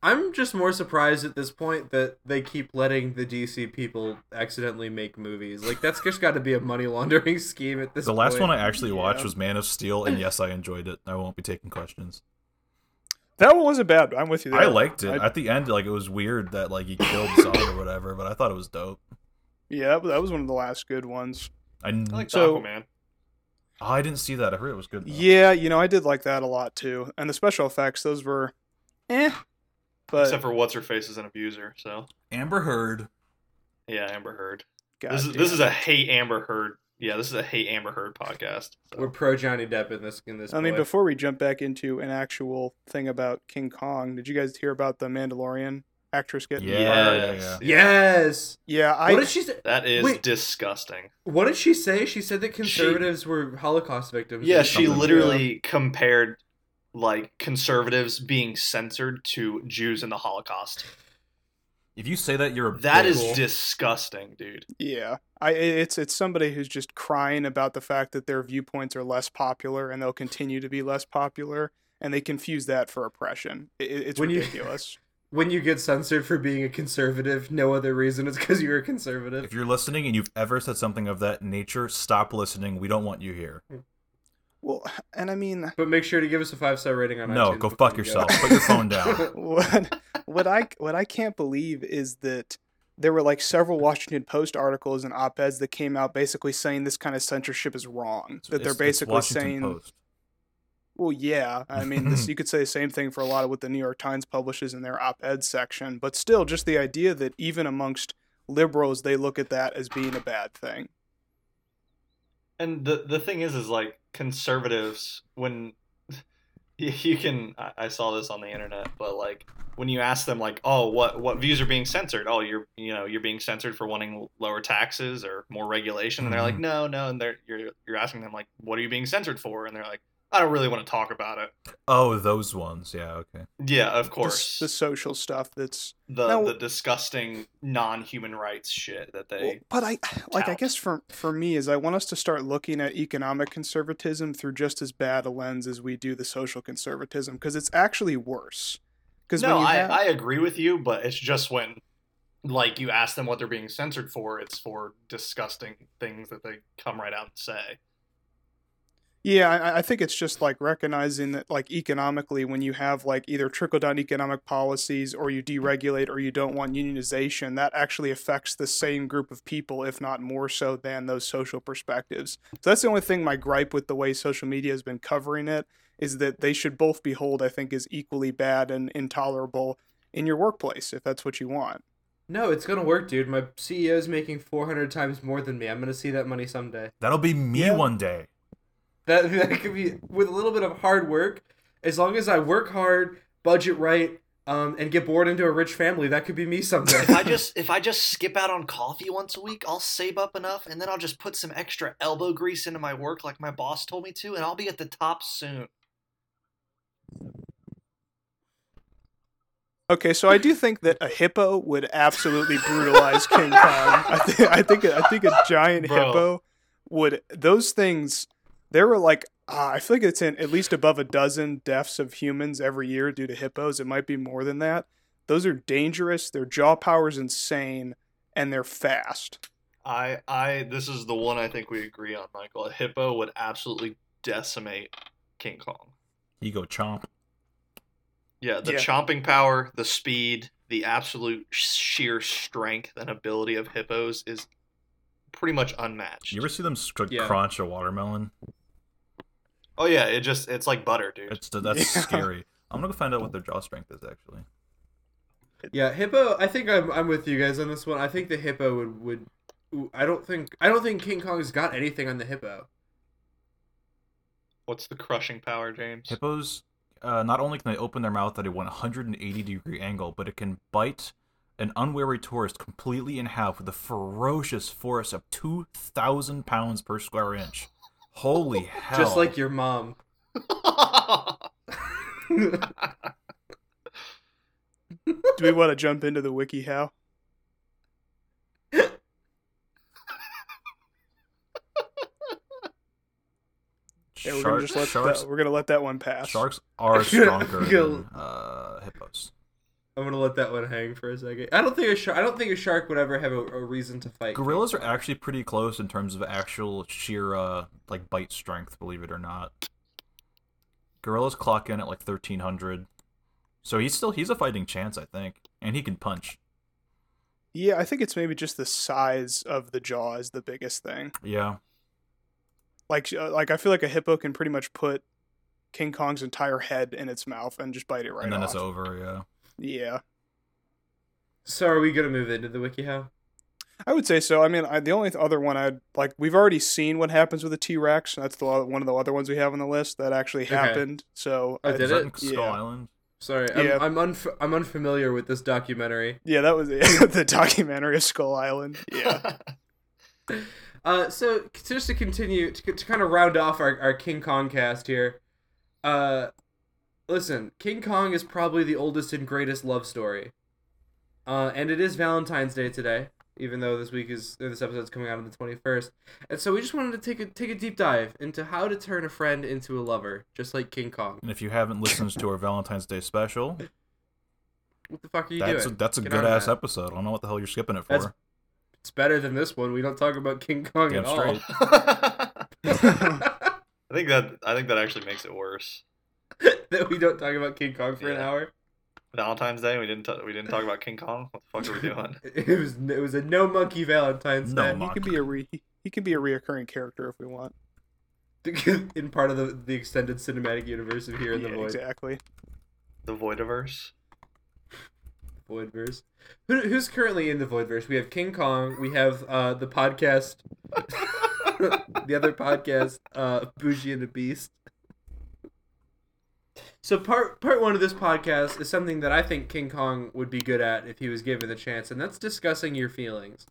I'm just more surprised at this point that they keep letting the DC people accidentally make movies. Like that's just got to be a money laundering scheme at this.
the last
point.
one I actually watched
Yeah.
was Man of Steel, and yes, I enjoyed it. I won't be taking questions.
That one wasn't bad. I'm with you. There.
I liked it.
I-
At the end, like it was weird that like he killed Zod or whatever, but I thought it was dope.
yeah, that- that was one of the last good ones.
I, kn-
I like
So-
so, Aquaman.
oh, I didn't see that. I heard it was good. though.
Yeah, you know, I did like that a lot too. And the special effects, those were, eh. But
Except for what's her face is an abuser. So
Amber Heard.
yeah, Amber Heard.
God
this is
damn.
this is a hate Amber Heard. Yeah, this is a hate Amber Heard podcast. so.
We're pro Johnny Depp in this. In this.
I mean,
boy.
before we jump back into an actual thing about King Kong, did you guys hear about the Mandalorian actress getting?
Yeah.
Yes.
Yes.
Yeah, I
what did she say?
That is
Wait.
disgusting.
What did she say? She said that conservatives were Holocaust victims.
Yeah,
or
she
something.
literally compared like conservatives being censored to Jews in the Holocaust.
If you say that, you're a
That
bitch.
is disgusting, dude.
Yeah, I it's it's somebody who's just crying about the fact that their viewpoints are less popular and they'll continue to be less popular, and they confuse that for oppression. It, it's
When you-
ridiculous.
When you get censored for being a conservative, no other reason is because you're a conservative.
If you're listening and you've ever said something of that nature, stop listening. We don't want you here.
Well, and I mean,
But make sure to give us a five star rating on
No,
iTunes
go
before
fuck
you
yourself. Put your phone down.
what what I what I can't believe is that there were like several Washington Post articles and op eds that came out basically saying this kind of censorship is wrong. That
It's-
they're
it's
basically
Washington
saying,
Post.
well, yeah. I mean, this you could say the same thing for a lot of what the New York Times publishes in their op ed section, but still, just the idea that even amongst liberals, they look at that as being a bad thing.
And the the thing is, is like conservatives when you- you can I, I saw this on the internet, but like when you ask them like, oh, what what views are being censored? Oh, you're you know you're being censored for wanting lower taxes or more regulation, and they're like,
Mhm.
no, no, and they're you're you're asking them like, what are you being censored for? And they're like, I don't really want to talk about it.
Oh, those ones. Yeah, okay.
Yeah, of
The s-
course.
The, social stuff that's.
the
No.
the disgusting non-human rights shit that
Well,
they
but I like I
tout.
guess for for me is I want us to start looking at economic conservatism through just as bad a lens as we do the social conservatism because it's actually worse. Because
no
when you
I,
have,
I agree with you but it's just when like you ask them what they're being censored for it's for disgusting things that they come right out and say
Yeah, I, I think it's just like recognizing that, like economically, when you have like either trickle down economic policies or you deregulate or you don't want unionization, that actually affects the same group of people, if not more so than those social perspectives. So that's the only thing my gripe with the way social media has been covering it is that they should both be held, I think, as equally bad and intolerable in your workplace if that's what you want.
No, it's gonna work, dude. My CEO's making four hundred times more than me. I'm gonna see that money someday.
That'll be me
Yeah.
one day.
That that could be with a little bit of hard work. As long as I work hard, budget right, um, and get born into a rich family, that could be me someday.
if i just if i just skip out on coffee once a week i'll save up enough and then i'll just put some extra elbow grease into my work like my boss told me to and i'll be at the top soon
Okay, so I do think that a hippo would absolutely brutalize King Kong. I, th- I think I think a giant
Bro.
hippo would. Those things, there were like ah, I feel like it's in at least above a dozen deaths of humans every year due to hippos. It might be more than that. Those are dangerous. Their jaw power is insane, and they're fast.
i i this is the one i think we agree on michael a hippo would absolutely decimate king kong
You go chomp.
Yeah, the
Yeah.
chomping power, the speed, the absolute sheer strength and ability of hippos is pretty much unmatched.
You ever see them str-
Yeah.
crunch a watermelon?
Oh yeah, it just it's like butter, dude.
It's, that's
Yeah.
scary. I'm gonna go find out what their jaw strength is actually.
Yeah, hippo. I think I'm I'm with you guys on this one. I think the hippo would would. ooh, I don't think I don't think King Kong's got anything on the hippo.
What's the crushing power, James?
Hippos uh, not only can they open their mouth at a 180 degree angle, but it can bite an unwary tourist completely in half with a ferocious force of 2,000 pounds per square inch. Holy hell!
Just like your mom.
Do we want to jump into the wiki how? Yeah, we're gonna
Shark-
just let
sharks.
that, we're gonna let that one pass.
Sharks are stronger
Go-
than uh, hippos.
I'm gonna let that one hang for a second. I don't think a shark. I don't think a shark would ever have a, a reason to fight.
Gorillas are actually pretty close in terms of actual sheer uh, like bite strength, believe it or not. Gorillas clock in at like thirteen hundred, so he's still he's a fighting chance, I think, and he can punch.
Yeah, I think it's maybe just the size of the jaw is the biggest thing.
Yeah,
Like, uh, like I feel like a hippo can pretty much put King Kong's entire head in its mouth and just bite it right
and then
off.
it's over. Yeah,
Yeah,
So are we gonna move into the wiki how?
I would say so. I mean, I, the only other one I'd like, we've already seen what happens with a T Rex. That's the one of the other ones we have on the list that actually
Okay.
happened. So,
Oh,
I,
did
is
it?
that in Skull
Yeah.
Island?
Sorry, I'm
Yeah.
I'm, unf- I'm unfamiliar with this documentary.
yeah, that was the, the documentary of Skull Island. Yeah.
Uh, so c- just to continue to, to kind of round off our, our King Kong cast here. Uh, listen, King Kong is probably the oldest and greatest love story. Uh, and it is Valentine's Day today, even though this week is or this episode's coming out on the twenty first. And so we just wanted to take a take a deep dive into how to turn a friend into a lover, just like King Kong.
And if you haven't listened to our Valentine's Day special,
What the fuck are you
that's a,
doing?
that's a
Get
good
on
ass
that.
episode. I don't know what the hell you're skipping it
That's
for.
It's better than this one. We don't talk about King Kong
Damn
at all.
straight.
I
that
think that I think that actually makes it worse.
we don't talk about King Kong for an
Yeah.
hour.
Valentine's Day, we didn't t- we didn't talk about King Kong. What the fuck are we doing?
It was it was a no monkey Valentine's
No
Day
he could be a re- he could be a reoccurring character if we want.
in part of the, the extended cinematic universe of here in the
Yeah,
void
exactly.
The Voidiverse.
voidverse. Who, who's currently in the voidverse? We have King Kong. We have uh, the podcast, the other podcast, uh, Bougie and the Beast. So part part one of this podcast is something that I think King Kong would be good at if he was given the chance, and that's discussing your feelings.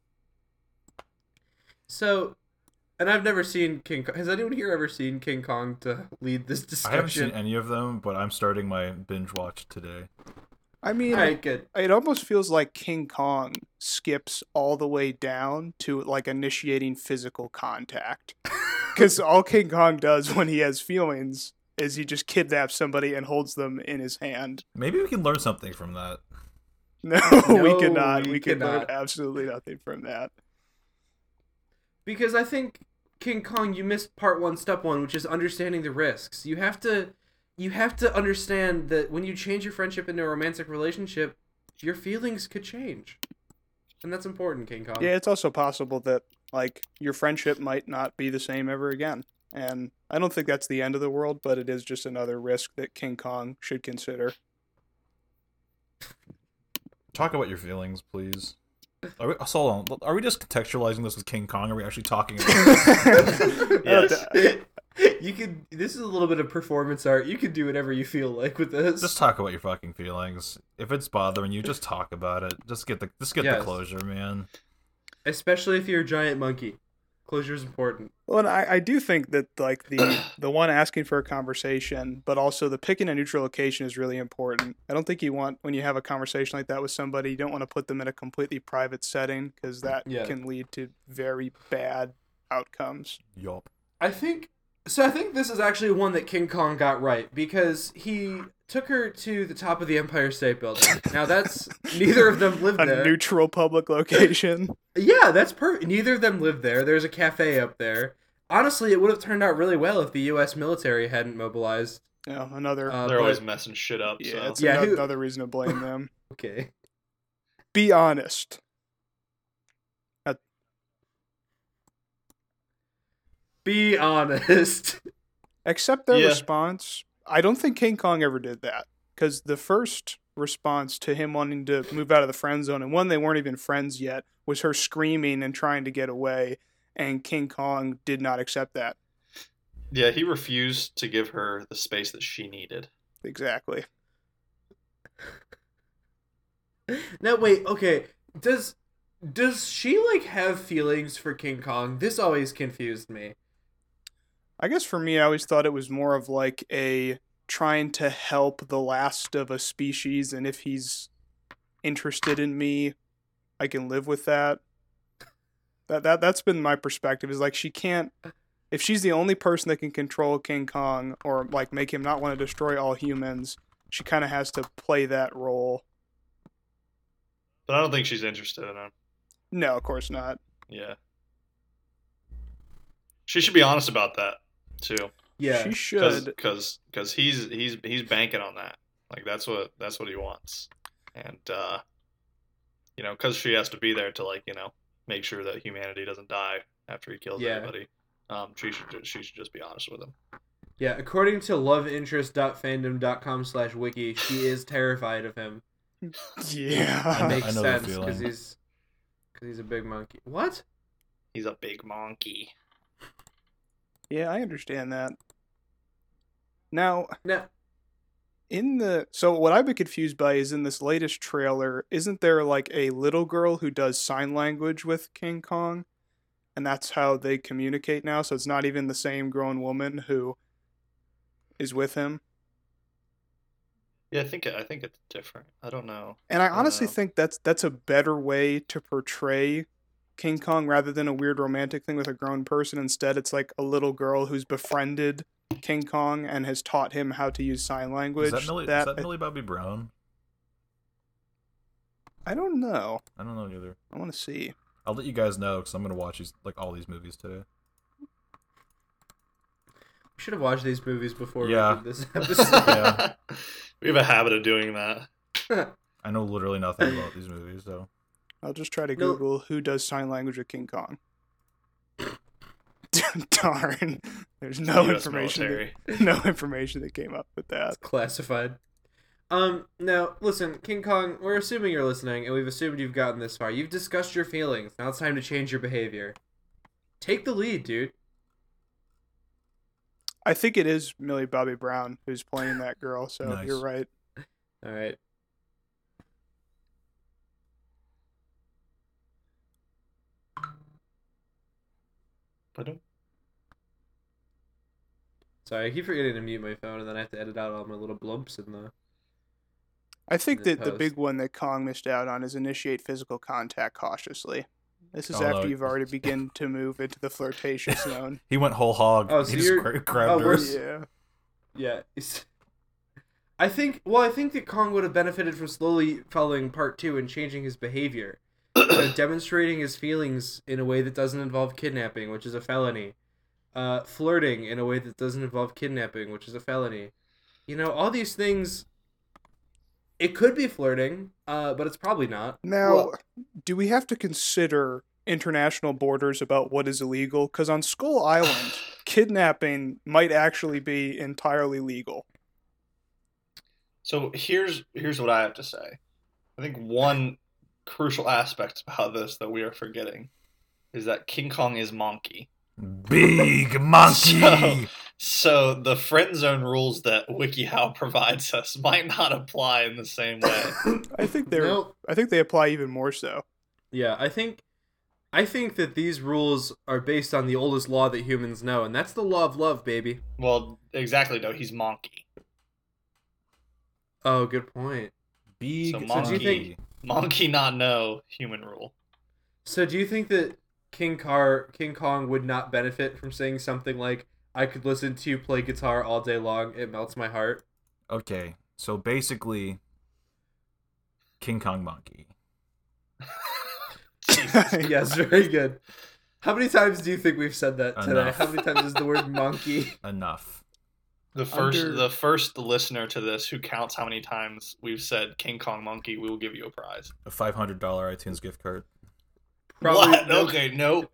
So, and I've never seen King. Kong. Has anyone here ever seen King Kong to lead this
I haven't seen
discussion?
any of them, but I'm starting my binge watch today.
I mean,
All right, good.
it almost feels like King Kong skips all the way down to like initiating physical contact. Because all King Kong does when he has feelings is he just kidnaps somebody and holds them in his hand.
Maybe we can learn something from that.
No,
No,
we cannot.
we
We, can learn
cannot.
absolutely nothing from that.
because I think King Kong, you missed part one, step one, which is understanding the risks. You have to, you have to understand that when you change your friendship into a romantic relationship, your feelings could change, and that's important, King Kong.
Yeah, it's also possible that like your friendship might not be the same ever again. And I don't think that's the end of the world, but it is just another risk that King Kong should consider.
Talk about your feelings, please. Are we, so hold on. Are we just contextualizing this with King Kong? Are we actually talking about
Yes.
you can. This is a little bit of performance art. You can do whatever you feel like with this.
just talk about your fucking feelings? If it's bothering you, just talk about it. Just get the just get
Yes.
the closure, man.
Especially if you're a giant monkey, closure is important.
Well, and I, I do think that like the the one asking for a conversation, but also the picking a neutral location is really important. I don't think you want when you have a conversation like that with somebody, you don't want to put them in a completely private setting because that
Yeah.
can lead to very bad outcomes.
Yup.
I think so. I think this is actually one that King Kong got right because he took her to the top of the Empire State Building. Now that's neither of them lived
A
there.
neutral public location.
yeah, that's perfect. Neither of them lived there. There's a cafe up there. Honestly, it would have turned out really well if the U.S. military hadn't mobilized.
you know, another
Uh,
They're
but-
always messing shit up.
yeah,
so.
it's
Yeah,
ano-
who-
another reason to blame them.
okay.
Be honest.
Be honest.
Except their
Yeah.
response, I don't think King Kong ever did that because the first response to him wanting to move out of the friend zone and one they weren't even friends yet was her screaming and trying to get away, and King Kong did not accept that
Yeah, he refused to give her the space that she needed.
exactly.
Now wait, okay. Does does she like have feelings for King Kong? This always confused me.
I guess for me, I always thought it was more of like a trying to help the last of a species, and if he's interested in me, I can live with that. That that that's been my perspective. Is like she can't. If she's the only person that can control King Kong or like make him not want to destroy all humans, she kind of has to play that role.
But I don't think she's interested in him.
No, of course not.
Yeah. She should be honest about that too,
Yeah.
She
because
should.
because he's he's he's banking on that. Like that's what that's what he wants, and uh, you know, because she has to be there to like you know make sure that humanity doesn't die after he kills
Yeah.
everybody. Um, she should ju- she should just be honest with him.
Yeah, according to loveinterest.fandom.com slash wiki, she is terrified of him.
I
Yeah.
know-
Makes
the
sense because
feeling.
he's because he's a big monkey. What?
He's a big monkey.
Yeah, I understand that. Now,
No.
in the so what i've been confused by is in this latest trailer isn't there like a little girl who does sign language with king kong and that's how they communicate now so it's not even the same grown woman who is with him
Yeah, I think I think it's different. I don't know.
and i honestly
Wow.
think that's that's a better way to portray king kong rather than a weird romantic thing with a grown person instead it's like a little girl who's befriended king kong and has taught him how to use sign language
Is that Millie?
That-
is that Millie Bobby Brown?
i don't know
I don't know either.
i want to see
I'll let you guys know because I'm gonna watch these like all these movies today.
We should have watched these movies before
Yeah.
we did this episode.
Yeah.
we have a habit of doing that.
I know literally nothing about these movies, so
I'll just try to
No.
Google who does sign language with King Kong. Darn. There's no
US
information.
military.
That, no information that came up with that.
classified. Um, now listen, King Kong, we're assuming you're listening, and we've assumed you've gotten this far. You've discussed your feelings. Now it's time to change your behavior. Take the lead, dude.
I think it is Millie Bobby Brown who's playing that girl, so
Nice.
you're right.
All right.
But um,
Sorry, I keep forgetting to mute my phone, and then I have to edit out all my little blumps in the.
I think
The
that the
post.
big one that Kong missed out on is initiate physical contact cautiously. This is
Although-
after you've already begun to move into the flirtatious zone.
he went whole hog.
Oh, so
he just
you're-
gra- grabbed
oh,
her.
we're-
yeah.
Yeah. It's... I think. Well, I think that Kong would have benefited from slowly following part two and changing his behavior, so demonstrating his feelings in a way that doesn't involve kidnapping, which is a felony. Uh, flirting in a way that doesn't involve kidnapping, which is a felony. You know, all these things. It could be flirting, uh, but it's probably not.
Now,
Well-
do we have to consider international borders about what is illegal? Because on Skull Island, kidnapping might actually be entirely legal.
So here's here's what I have to say. I think one crucial aspect about this that we are forgetting is that King Kong is monkey.
Big monkey.
So- So the friend zone rules that WikiHow provides us might not apply in the same way.
I think they're.
Nope.
I think they apply even more so.
Yeah, I think I think that these rules are based on the oldest law that humans know, and that's the law of love, baby.
Well, exactly. No, he's monkey.
Oh, good point.
Big
So
do you
monkey.
think-
Monkey not know human rule.
So do you think that King Car King Kong would not benefit from saying something like I could listen to you play guitar all day long, it melts my heart?
Okay, so basically, King Kong monkey.
yes, very good. How many times do you think we've said that today?
Enough.
How many times is the word monkey?
Enough.
The first
Under-
the first listener to this who counts how many times we've said King Kong monkey, we will give you a prize.
A five hundred dollar iTunes gift card.
Probably
what?
no-
Okay, nope.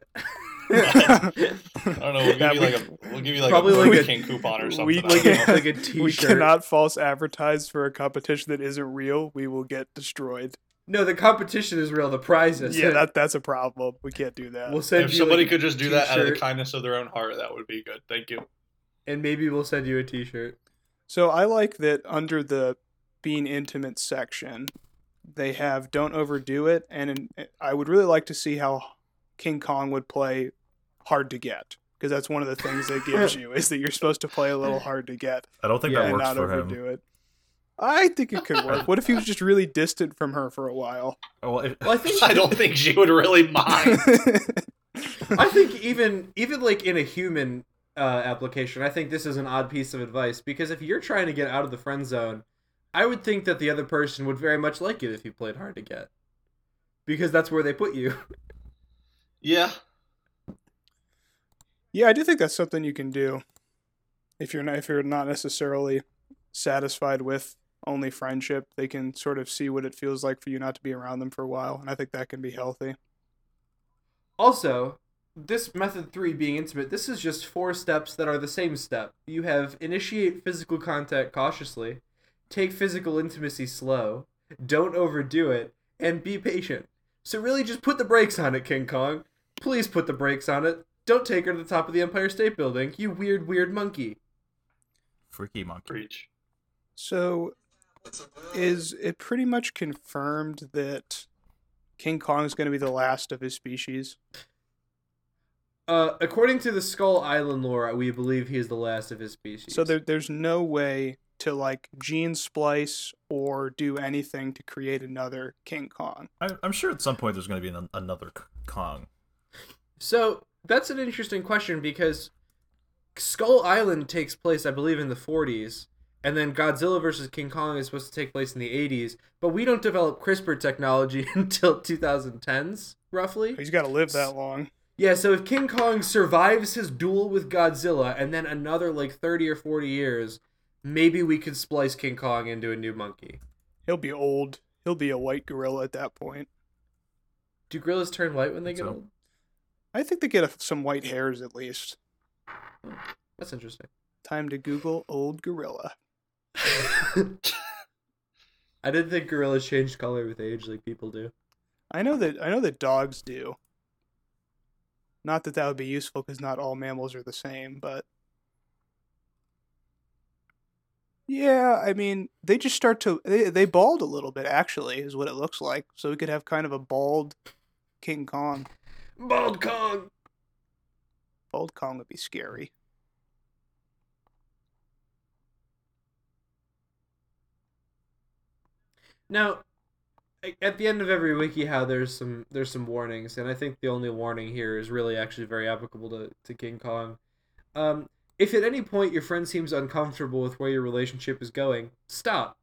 I don't know. We'll give
Yeah,
you
we-
like a we'll give you like
Probably
a
like
Burger
a-
King coupon or something.
we-
I
we
don't
get-
know.
like a T-shirt.
We cannot false advertise for a competition that isn't real. We will get destroyed.
No, the competition is real. The prize is
yeah,
it.
that that's a problem. We can't do that.
We'll send
if
you
somebody
like,
could just do that out of the
t-shirt.
kindness of their own heart, that would be good. Thank you.
and maybe we'll send you a T-shirt.
So I like that under the being intimate section, they have don't overdo it, and in, I would really like to see how King Kong would play hard to get because that's one of the things they gives you is that you're supposed to play a little hard to get
I don't think
Yeah,
that
and
works
not
for him.
overdo it. I think it could work. What if he was just really distant from her for a while?
Oh, Well, if,
Well, I think
I don't think she would really mind.
I think even even like in a human uh, application, I think this is an odd piece of advice because if you're trying to get out of the friend zone, I would think that the other person would very much like it if you played hard to get, because that's where they put you.
Yeah,
Yeah, I do think that's something you can do if you're not if you're not necessarily satisfied with only friendship. They can sort of see what it feels like for you not to be around them for a while, and I think that can be healthy.
Also, this method three being intimate, this is just four steps that are the same step. You have initiate physical contact cautiously, take physical intimacy slow, don't overdo it, and be patient. So really just put the brakes on it, King Kong. Please put the brakes on it. Don't take her to the top of the Empire State Building, you weird, weird monkey.
freaky monkey.
preach.
So, is it pretty much confirmed that King Kong is going to be the last of his species?
Uh, according to the Skull Island lore, we believe he is the last of his species.
So there, there's no way to like gene splice or do anything to create another King Kong.
I, I'm sure at some point there's going to be an, another K- Kong.
So that's an interesting question because Skull Island takes place, I believe, in the 40s, and then Godzilla vs. King Kong is supposed to take place in the 80s, but we don't develop CRISPR technology until 2010s, roughly.
He's got to live that long.
Yeah, so if King Kong survives his duel with Godzilla and then another like 30 or 40 years, maybe we could splice King Kong into a new monkey.
He'll be old. He'll be a white gorilla at that point.
Do gorillas turn white when they get
So-
old?
I think they get a, some white hairs at least.
That's interesting.
Time to Google old gorilla.
I didn't think gorillas change color with age like people do.
I know that I know that dogs do. Not that that would be useful because not all mammals are the same, but yeah, I mean they just start to they they bald a little bit actually is what it looks like. So we could have kind of a bald King Kong.
Bald Kong.
Bald Kong would be scary.
Now, a- at the end of every WikiHow, there's some there's some warnings, and I think the only warning here is really actually very applicable to, to King Kong. Um, if at any point your friend seems uncomfortable with where your relationship is going, stop.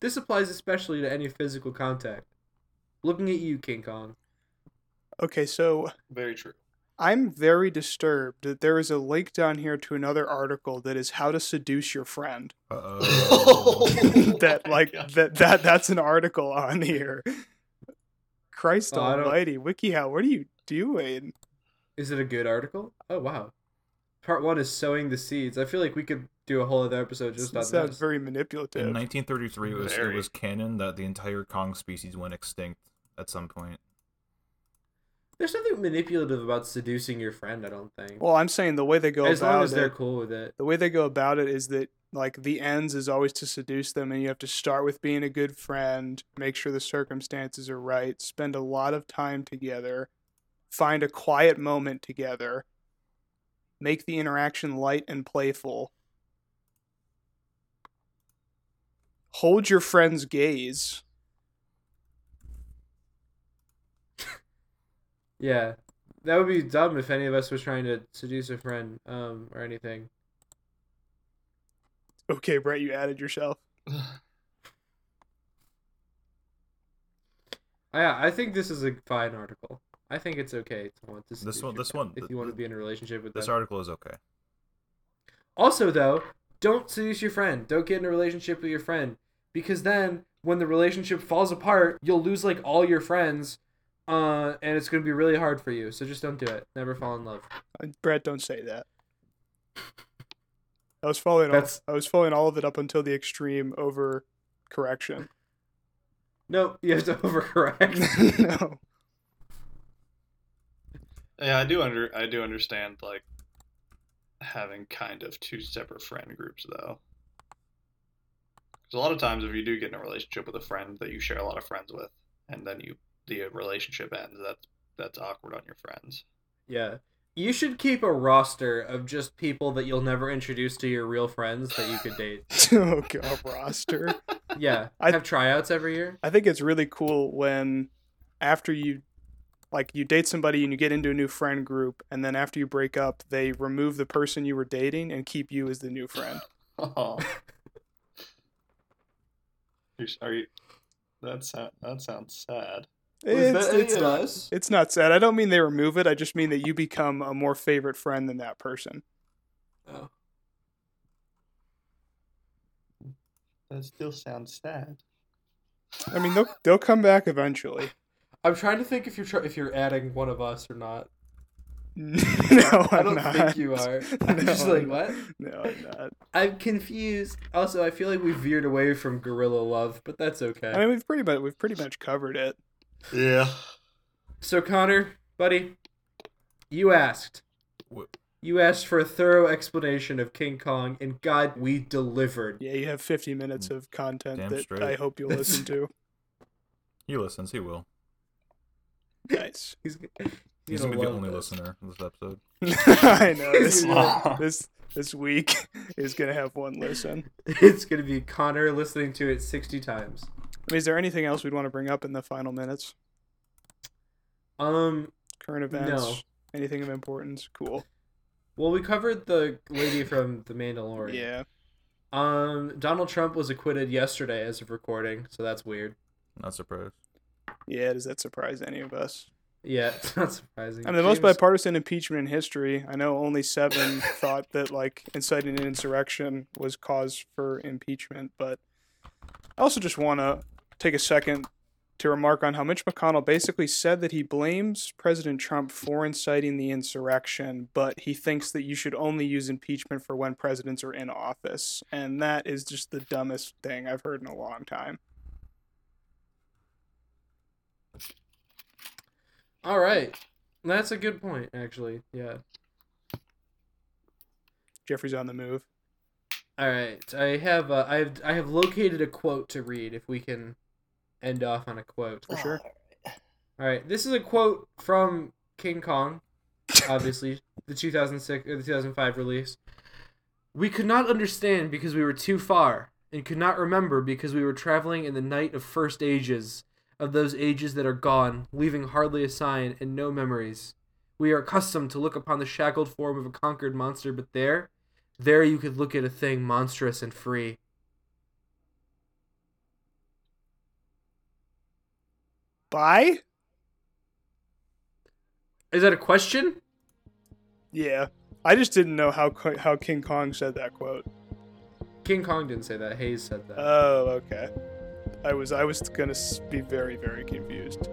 This applies especially to any physical contact. Looking at you, King Kong.
Okay, so
Very true.
I'm very disturbed that there is a link down here to another article that is how to seduce your friend.
Uh oh.
that
my
like
gosh.
that that that's an article on here. Christ
Oh, I don't-
Almighty, WikiHow, what are you doing?
Is it a good article? Oh wow. Part one is sowing the seeds. I feel like we could do a whole other episode just
That
on
sounds
this.
very
In
manipulative.
1933, it was, it
Very.
was canon that the entire Kong species went extinct at some point.
There's nothing manipulative about seducing your friend. I don't think.
Well, I'm saying the way they go
as
about
long as they're
it,
cool with it.
the way they go about it is that like the ends is always to seduce them, and you have to start with being a good friend, make sure the circumstances are right, spend a lot of time together, find a quiet moment together, make the interaction light and playful. Hold your friend's gaze.
Yeah, that would be dumb if any of us was trying to seduce a friend, um, or anything.
Okay, Brett, you added yourself.
Yeah, I think this is a fine article. I think it's okay to want to. seduce
This one,
your
this
friend
one,
If you want to be in a relationship with
this
them.
article is okay.
also, though, don't seduce your friend. Don't get in a relationship with your friend because then when the relationship falls apart, you'll lose like all your friends. Uh, and it's gonna be really hard for you. So just don't do it. Never fall in love.
Uh, Brad, don't say that. I was following all,
That's-
I was following all of it up until the extreme over correction.
No, you have to overcorrect.
no.
Yeah, I do under I do understand like having kind of two separate friend groups though. Because a lot of times, if you do get in a relationship with a friend that you share a lot of friends with, and then you the relationship ends, that's that's awkward on your friends.
yeah. You should keep a roster of just people that you'll never introduce to your real friends that you could date.
oh god, roster.
Yeah.
I-
have tryouts every year.
I think it's really cool when after you like you date somebody and you get into a new friend group and then after you break up they remove the person you were dating and keep you as the new friend.
Oh, You're s- are you? That sound that sounds sad.
It's,
any
it's,
of
not,
us?
it's not sad. I don't mean they remove it. I just mean that you become a more favorite friend than that person.
That still sounds sad.
I mean they'll they'll come back eventually.
I'm trying to think if you're try- if you're adding one of us or not.
No, I'm
I don't
not.
think you are. I'm
No,
just like what?
No, I'm not.
I'm confused. Also, I feel like we veered away from gorilla love, but that's okay.
I mean, we've pretty much we've pretty much covered it.
Yeah.
So Connor, buddy, you asked. You asked for a thorough explanation of King Kong, and God, we delivered.
Yeah, you have 50 minutes of content
Mm. Damn
that
straight.
I hope you'll listen to.
He listens. He will.
nice.
He's,
He's gonna be the only listener in this episode.
I know this,
Aw.
this this week is gonna have one listen.
It's gonna be Connor listening to it sixty times.
I mean, is there anything else we'd want to bring up in the final minutes?
Um.
Current events?
No.
Anything of importance? Cool.
Well, we covered the lady from The Mandalorian.
Yeah.
Um. Donald Trump was acquitted yesterday as of recording, so that's weird.
Not surprised.
Yeah. Does that surprise any of us?
Yeah, it's not surprising.
I mean, the most
James-
bipartisan impeachment in history. I know only seven thought that like inciting an insurrection was cause for impeachment, but I also just want to take a second to remark on how Mitch McConnell basically said that he blames President Trump for inciting the insurrection, but he thinks that you should only use impeachment for when presidents are in office, and that is just the dumbest thing I've heard in a long time.
All right, that's a good point, actually. Yeah.
Jeffrey's on the move.
All right, I have uh, I have I have located a quote to read. If we can end off on a quote,
For sure.
All right, this is a quote from King Kong, obviously the 2006 or the 2005 release. We could not understand because we were too far, and could not remember because we were traveling in the night of first ages, of those ages that are gone, leaving hardly a sign and no memories. We are accustomed to look upon the shackled form of a conquered monster, but there, there you could look at a thing monstrous and free.
Bye.
Is that a question?
Yeah, I just didn't know how Qu- how King Kong said that quote.
King Kong didn't say that. Hayes said that.
Oh, okay. I was I was gonna s- be very very confused.